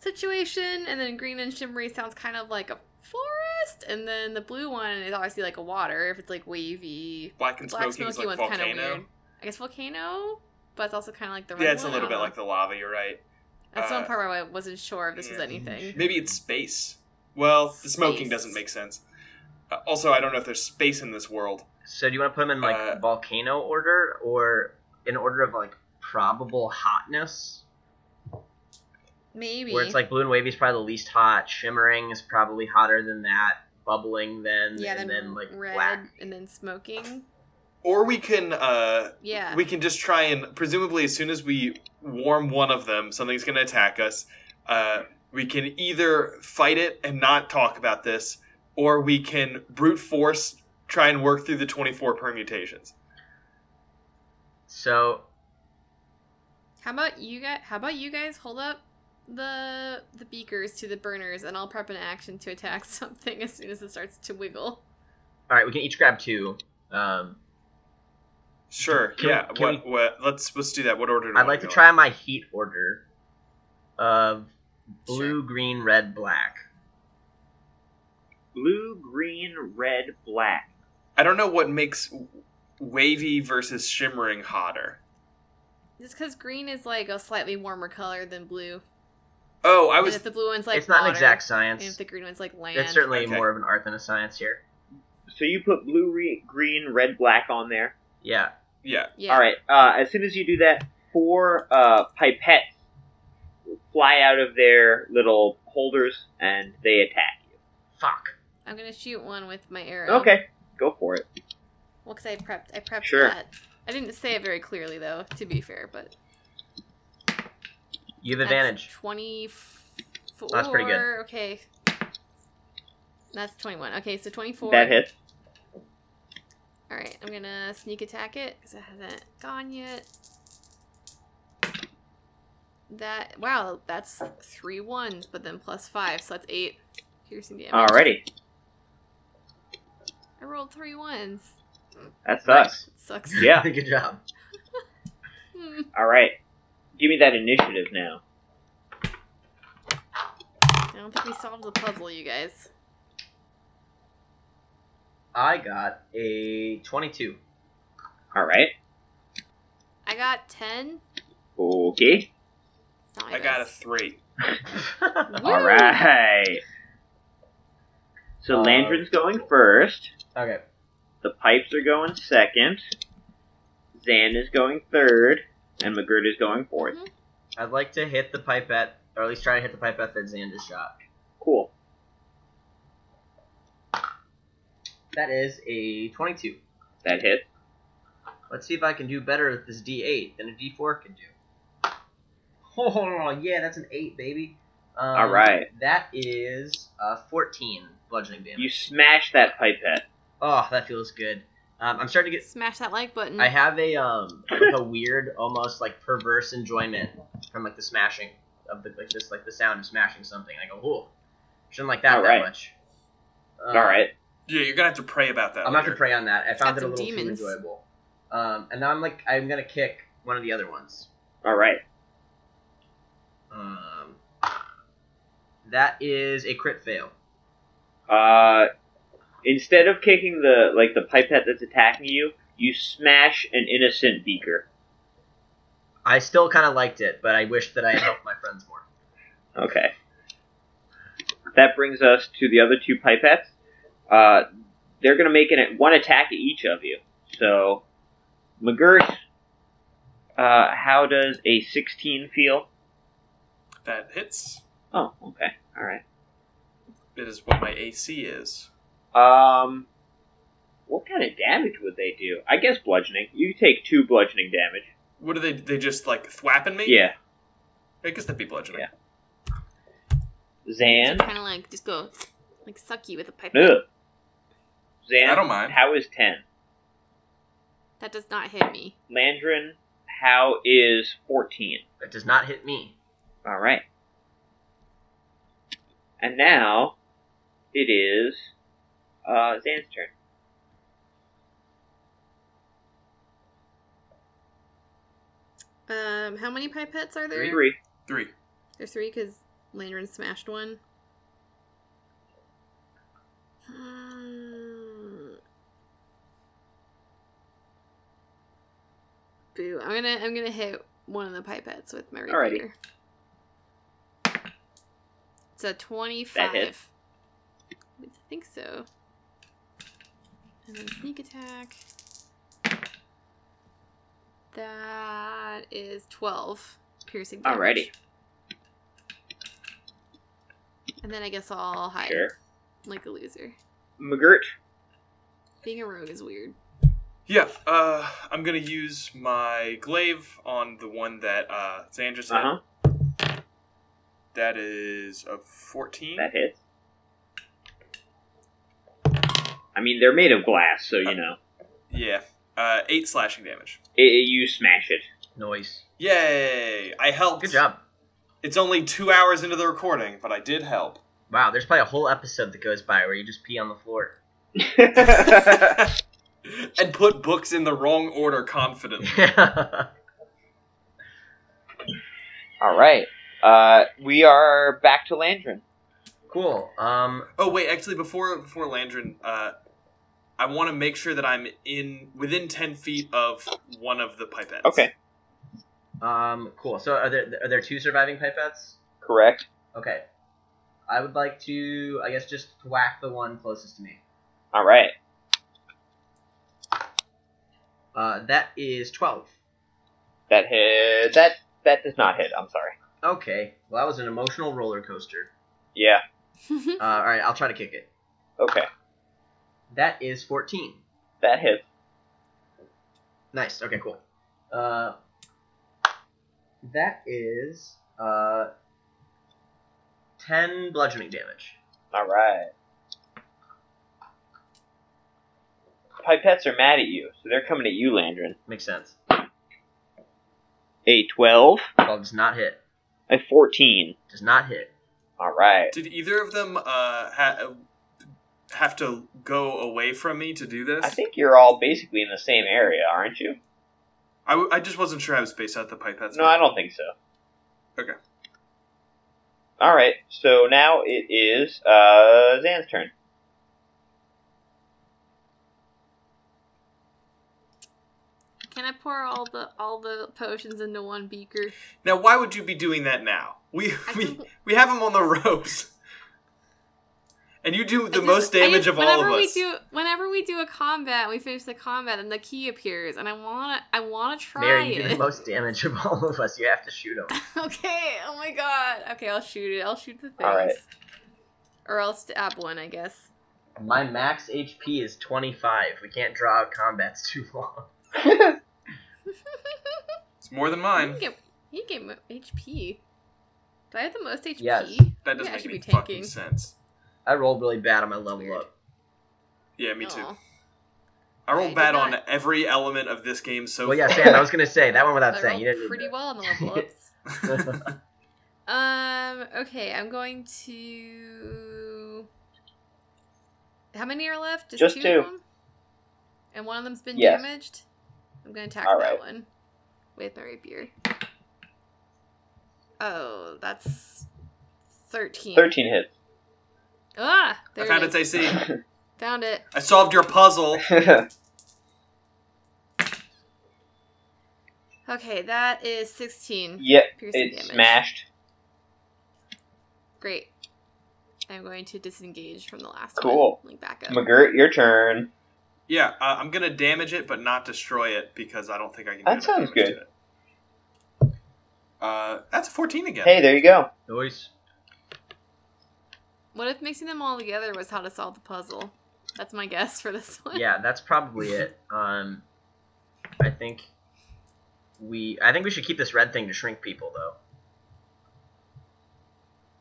situation, and then green and shimmery sounds kind of like a forest, and then the blue one is obviously like a water if it's like wavy. Black The and black smoky smoky is like one's volcano. kind of weird. I guess volcano, but it's also kind of like the red Yeah, it's a one, I little bit don't like know. the lava. You're right. That's uh, one part where I wasn't sure if this was yeah. anything. Maybe it's space. Well, the smoking Space. doesn't make sense. Uh, also, I don't know if there's space in this world. So do you want to put them in like Uh, volcano order or in order of like probable hotness? Maybe Mm-hmm. Where it's like blue and wavy is probably the least hot. Shimmering is probably hotter than that. Bubbling then, yeah, and then, then like red black. and then smoking. Or we can uh, Yeah. we can just try and presumably as soon as we warm one of them, something's going to attack us. Uh, we can either fight it and not talk about this, or we can brute force try and work through the twenty four permutations. So How about you guys? How about you guys hold up the the beakers to the burners, and I'll prep an action to attack something as soon as it starts to wiggle. all right, we can each grab two. Um, Sure. Can we- yeah. can what, what, let's let's do that. What order? Do I'd we like to go in? try my heat order of blue, green, red, black. Blue, green, red, black. I don't know what makes w- wavy versus shimmering hotter. Just because green is like a slightly warmer color than blue, Oh, I and was if the blue one's like it's not water, an exact and if science. the green one's like land, It's certainly Okay. more of an art than a science here. So you put blue, re- green, red, black on there. Yeah. yeah. yeah. All right. Uh, as soon as you do that, four uh, pipettes fly out of their little holders and they attack you. Fuck. I'm gonna shoot one with my arrow. Okay, go for it. Well, because I prepped, I prepped Sure. that. I didn't say it very clearly though. To be fair, but You have that's advantage. Twenty-four. That's pretty good. Okay. That's twenty-one. Okay, so twenty-four. That hits. All right, I'm gonna sneak attack it because it hasn't gone yet. That wow, that's three ones, but then plus five, so that's eight piercing damage. Alrighty. I rolled three ones. That sucks. It sucks. Yeah. Good job. Hmm. All right. Give me that initiative now. I don't think we solved the puzzle, you guys. I got a 22. All right. I got ten. Okay. It's not my I got a best. three. Woo! All right. So Uh, Landrin's going first. okay. The pipes are going second. Zan is going third, and McGirt is going Mm-hmm. fourth. I'd like to hit the pipette, or at least try to hit the pipette that Xander shot. Cool. That is a 22. That hit. Let's see if I can do better with this D8 than a D4 can do. Oh, yeah, that's an 8, baby. Um, All right. That is uh, 14 bludgeoning damage. You smash that pipette. Oh, that feels good. Um, I'm starting to get. Smash that like button. I have a um, like a weird, almost like perverse enjoyment from like the smashing of the like this like the sound of smashing something. I go, oh, shouldn't like that All that right. much. Um, All right. Yeah, you're gonna have to pray about that. I'm not later. gonna pray on that. I It's found got it a some little demons. too enjoyable. Um, and now I'm like, I'm gonna kick one of the other ones. All right. Um, that is a crit fail. Uh, instead of kicking the like the pipette that's attacking you, you smash an innocent beaker. I still kind of liked it, but I wish that I had helped my friends more. Okay. That brings us to the other two pipettes. Uh, they're going to make an, one attack at each of you. So, McGirt, uh, how does a 16 feel? That hits. Oh, okay. All right. It is what my AC is. Um, what kind of damage would they do? I guess bludgeoning. You take two bludgeoning damage. What are they? They just like thwapping me? Yeah. I guess that'd be bludgeoning. Yeah. Zan. kind of like just go like suck you with a pipe. Ugh. Zan. I don't mind. How is 10? That does not hit me. Landrin, how is 14? That does not hit me. All right. And now it is uh, Zan's turn. Um, how many pipettes are there? Three, three. Three. There's three because Landrin smashed one. Hmm. Boo! I'm gonna I'm gonna hit one of the pipettes with my Alrighty. repeater. It's a twenty-five. hits. I think so. And then sneak attack. That is twelve piercing. Damage. Alrighty. And then I guess I'll hide Sure. like a loser. McGirt. Being a rogue is weird. Yeah. Uh, I'm gonna use my glaive on the one that uh Zan just hit. Uh huh. That is a fourteen. That hits. I mean, they're made of glass, so you know. Yeah. Uh, eight slashing damage. It, it- you smash it. Noise. Yay! I helped. Good job. It's only two hours into the recording, but I did help. Wow, there's probably a whole episode that goes by where you just pee on the floor. and put books in the wrong order confidently. All right. Uh, we are back to Landrin. cool. Um, Oh wait, actually, before before Landrin, uh, I want to make sure that I'm in within ten feet of one of the pipettes. Okay. um, cool. So are there are there two surviving pipettes? Correct. Okay. I would like to, I guess, just whack the one closest to me. All right. Uh, that is twelve. That hit. That that does not hit. I'm sorry. Okay. Well, that was an emotional roller coaster. Yeah. Uh, all right, I'll try to kick it. Okay. That is fourteen. That hits. Nice. Okay, cool. Uh, that is uh, ten bludgeoning damage. All right. Pipettes are mad at you, so they're coming at you, Landrin. Makes sense. A 12, Twelve does not hit. a 14. Does not hit. All right. Did either of them uh, ha- have to go away from me to do this? I think you're all basically in the same area, aren't you? I, w- I just wasn't sure I was spaced out the pipettes. No, I don't think so. Okay. All right. So now it is uh, Zan's turn. Can I pour all the all the potions into one beaker? Now, why would you be doing that now? We I we think- we have them on the ropes, and you do the I just- most I damage just- of all whenever of we us. Do, whenever we do a combat, we finish the combat, and the key appears, and I wanna I wanna try Mary, you do the it. most damage of all of us. You have to shoot him. okay. Oh my god. Okay, I'll shoot it. I'll shoot the things. All right. Or I'll stab one, I guess. My max HP is 25. We can't draw out combats too long. It's more than You mine. can get you can get mo- HP. Do I have the most HP? Yes. That doesn't Yeah, I make should any be fucking tanking. sense. I rolled really bad on my level Weird. up. Yeah, me too. Aw. I I roll did bad not. on every element of this game so Well, yeah, Sam, I was gonna say that one without I saying. You rolled didn't pretty need well on the level ups. that. Um. Okay, I'm going to. How many are left? Just two. Of them? And one of them's been Yes. damaged. I'm gonna attack All that right. one with my rapier. Oh, that's thirteen. 13 hits. Ah, there I it found is. its AC. Found it. I solved your puzzle. Okay, that is sixteen yeah, piercing it's damage. smashed. Great. I'm going to disengage from the last Cool. one. Link back up. McGirt, your turn. Yeah, uh, I'm gonna damage it, but not destroy it because I don't think I can. do That enough sounds damage good. to it. Uh, that's a 14 again. Hey, there you go. Noise. what if mixing them all together was how to solve the puzzle? That's my guess for this one. Yeah, that's probably it. Um, I think we I think we should keep this red thing to shrink people though.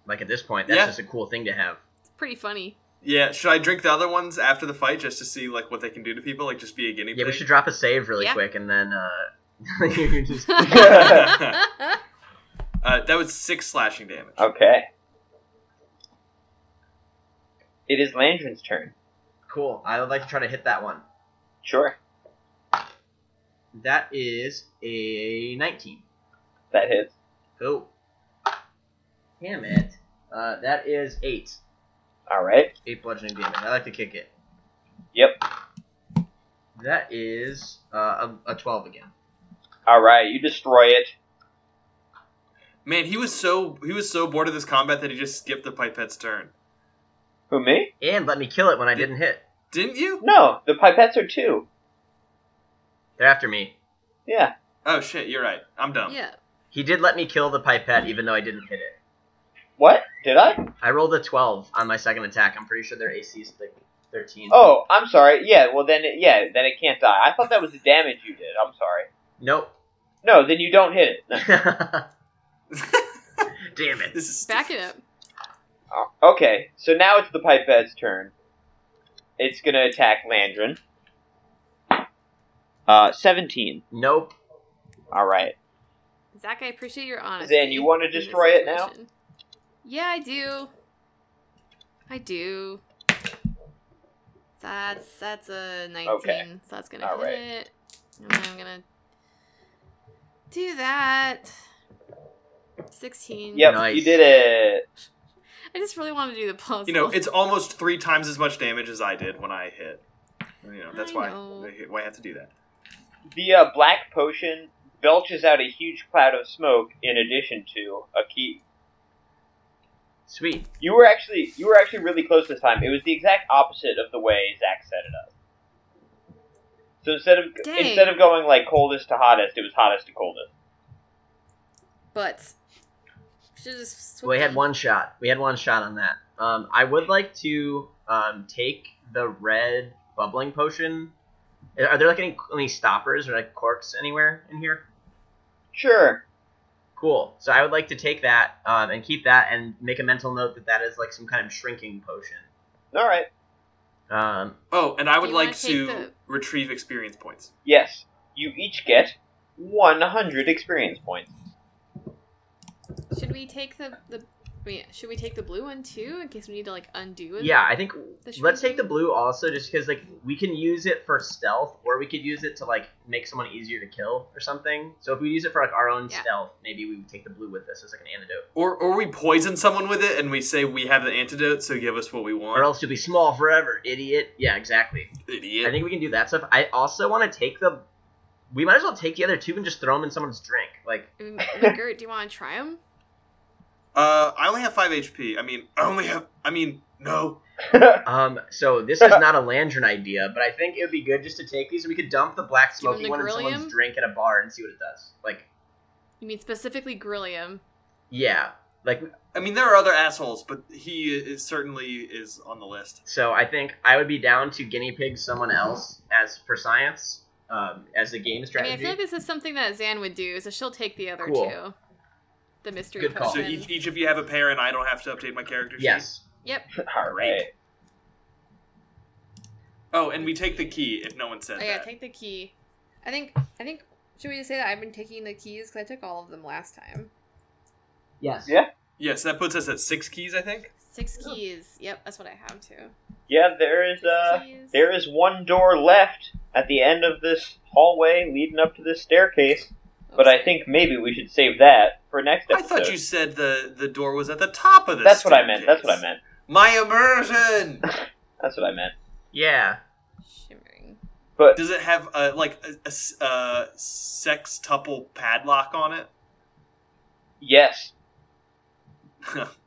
Like at this point, that's Yeah. just a cool thing to have. It's pretty funny. Yeah, should I drink the other ones after the fight just to see like what they can do to people? Like just be a guinea pig. Yeah, we should drop a save really Yeah. quick and then uh, you can just Uh, that was six slashing damage. Okay. It is Landrin's turn. cool. I would like to try to hit that one. Sure, That is a 19. that hits. Oh. Damn it. Uh, that is eight. All right. Eight bludgeoning damage. I like to kick it. Yep. That is uh, a, a 12 again. All right. You destroy it. Man, he was so he was so bored of this combat that he just skipped the pipette's turn. Who me? And let me kill it when I didn't hit. Didn't you? No, the pipettes are two. They're after me. Yeah. Oh shit, you're right. I'm dumb. Yeah. He did let me kill the pipette even though I didn't hit it. What? Did I? I rolled a 12 on my second attack. I'm pretty sure their AC is like 13. Oh, I'm sorry. Yeah. Well, then, it, yeah, then it can't die. I thought that was the damage you did. I'm sorry. Nope. No, then you don't hit it. No. Damn it. This is Back it up. Oh, Okay. So now it's the pipette's turn. It's gonna attack Landrin. Uh, seventeen. Nope. All right. Zach, I appreciate your honesty. Zan, you wanna in this destroy it now? situation. Yeah, I do. I do. That's that's a nineteen, Okay. so that's gonna All hit right. it. And then I'm gonna do that. Sixteen. Yep, Nice. you did it. I just really want to do the puzzle. You know, it's almost three times as much damage as I did when I hit. You know, that's I why know. why I have to do that. The uh, black potion belches out a huge cloud of smoke. In addition to a key, Sweet. you were actually you were actually really close this time. It was the exact opposite of the way Zach set it up. So instead of Dang. instead of going like coldest to hottest, it was hottest to coldest. but should just We had one shot. We had one shot on that. Um, I would like to um, take the red bubbling potion. Are there like any, any stoppers or like corks anywhere in here? Sure. Cool. So I would like to take that um, and keep that and make a mental note that that is like some kind of shrinking potion. All right. Um, Oh, and I would you wanna like take to the- retrieve experience points. Yes. You each get one hundred experience points. Should we take the the? I mean, should we take the blue one too in case we need to like undo it? yeah, I think The let's shrinking? take the blue also, just because like we can use it for stealth, or we could use it to like make someone easier to kill or something. So if we use it for like our own Yeah. stealth, maybe we would take the blue with us as like an antidote, Or or we poison someone with it and we say we have the antidote, so give us what we want. or else you'll be small forever, idiot. Yeah, exactly. Idiot. I think we can do that stuff. I also want to take the. We might as well take the other two and just throw them in someone's drink. Like, I mean, McGirt, do you want to try them? uh, I only have five HP. I mean, I only have. I mean, no. Um, so this is not a lantern idea, but I think it would be good just to take these and we could dump the black Give 'em smoky the one in Grillium? someone's drink at a bar and see what it does. Like, You mean specifically Grillium? yeah. Like, I mean, there are other assholes, but he is certainly is on the list. so I think I would be down to guinea pig someone else as for science, um, as a game I mean, strategy. I feel like this is something that Zan would do, so she'll take the other Cool. two. The mystery Good Oh. call. So potions. E each, each of you have a pair, and I don't have to update my character sheet. yes. Yep. All right. Oh, and we take the key if no one said Oh yeah, that. take the key. I think. I think. Should we just say that I've been taking the keys because I took all of them last time? Yes. Yeah. yes, that puts us at six keys, I think. Six keys. Yep, that's what I have too. Yeah, there is Oh. Six uh keys. There is one door left at the end of this hallway leading up to this staircase, Oh, but I sorry. think maybe we should save that for next I episode. thought you said the the door was at the top of this. That's what I meant. That's what I meant. My immersion. That's what I meant. Yeah. Shimmering. But Does it have a like a, a s- a sextuple padlock on it? yes,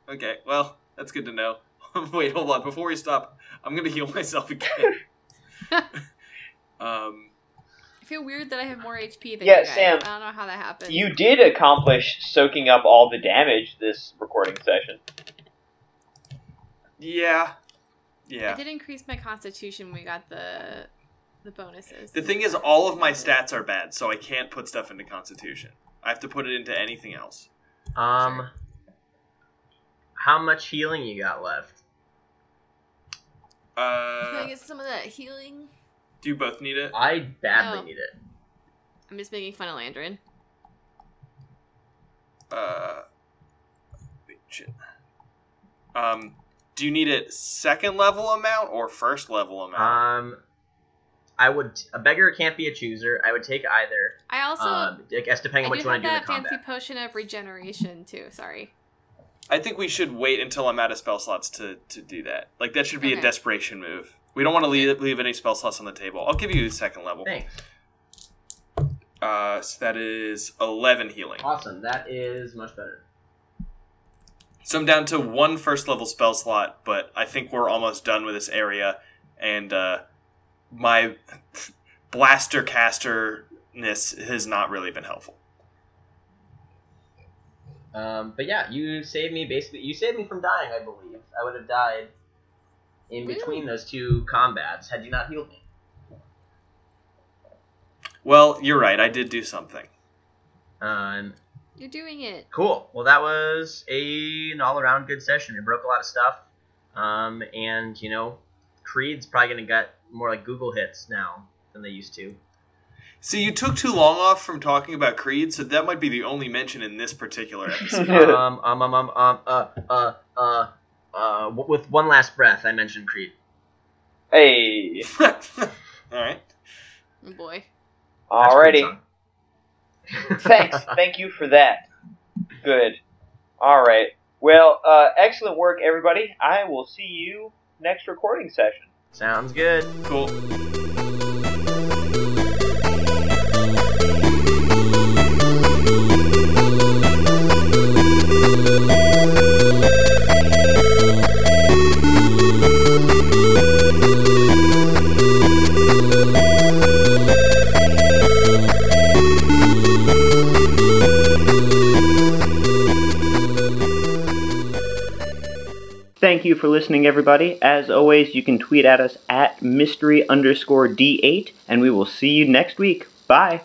okay, well, that's good to know. Wait, hold on. Before we stop, I'm gonna heal myself again. um, I feel weird that I have more HP than Yeah, you guys. Sam, I don't know how that happened. You did accomplish soaking up all the damage this recording session. yeah, yeah. I did increase my constitution when we got the the bonuses. The thing is, all of my stats are bad, so I can't put stuff into Constitution. I have to put it into anything else. Um, how much healing you got left? Can I Uh, get some of that healing? do you both need it? I badly No. need it. I'm just making fun of Landrin. Uh, wait, shit. Um, do you need it second level amount or first level amount? Um, I would. A beggar can't be a chooser. I would take either. I also um, I guess depending on I what do you want have to do in the that fancy combat. potion of regeneration too. Sorry. I think we should wait until I'm out of spell slots to, to do that. Like that should be a Okay. desperation move. We don't want to leave, leave any spell slots on the table. I'll give you the second level. Thanks. Uh, so that is eleven healing. Awesome. That is much better. So I'm down to one first level spell slot, but I think we're almost done with this area, and uh, my blaster casterness has not really been helpful. Um, but yeah, you saved me basically. You saved me from dying, I believe. I would have died in Really? between those two combats had you not healed me. Well, you're right. I did do something. Um, You're doing it. cool. Well, that was a, an all around good session. We broke a lot of stuff. Um, and, you know, Creed's probably going to get more like Google hits now than they used to. See, you took too long off from talking about Creed, so that might be the only mention in this particular episode. um, um, um, um, um, uh, uh, uh, uh, w- with one last breath, I mentioned Creed. hey, All right. Oh boy. That's Creed's alrighty. song. Thanks. Thank you for that. Good. All right. Well, uh, excellent work, everybody. I will see you next recording session. Sounds good. Cool. Thank you for listening, everybody. As always, you can tweet at us at mystery underscore D8, and we will see you next week. Bye.